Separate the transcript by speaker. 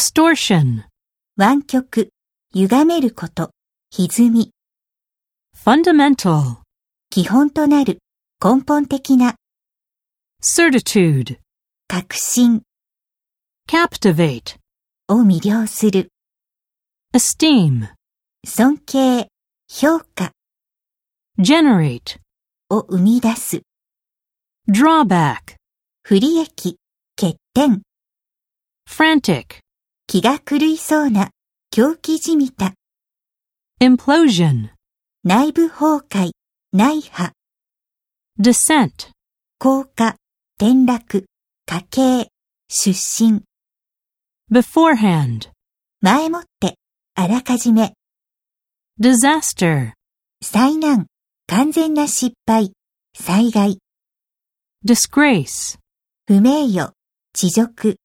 Speaker 1: distortion,
Speaker 2: 湾曲、歪めること、歪み、
Speaker 1: fundamental,
Speaker 2: 基本となる、根本的な、
Speaker 1: certitude,
Speaker 2: 革新
Speaker 1: captivate,
Speaker 2: を魅了する、
Speaker 1: esteem,
Speaker 2: 尊敬、評価
Speaker 1: generate,
Speaker 2: を生み出す、
Speaker 1: drawback,
Speaker 2: 不利益、欠点、
Speaker 1: frantic,
Speaker 2: 気が狂いそうな、狂気じみた、
Speaker 1: implosion,
Speaker 2: 内部崩壊、内波、
Speaker 1: descent,
Speaker 2: 降下、転落、家計、出身、
Speaker 1: beforehand,
Speaker 2: 前もって、あらかじめ、
Speaker 1: disaster,
Speaker 2: 災難、完全な失敗、災害、
Speaker 1: disgrace.
Speaker 2: 不名誉、恥辱。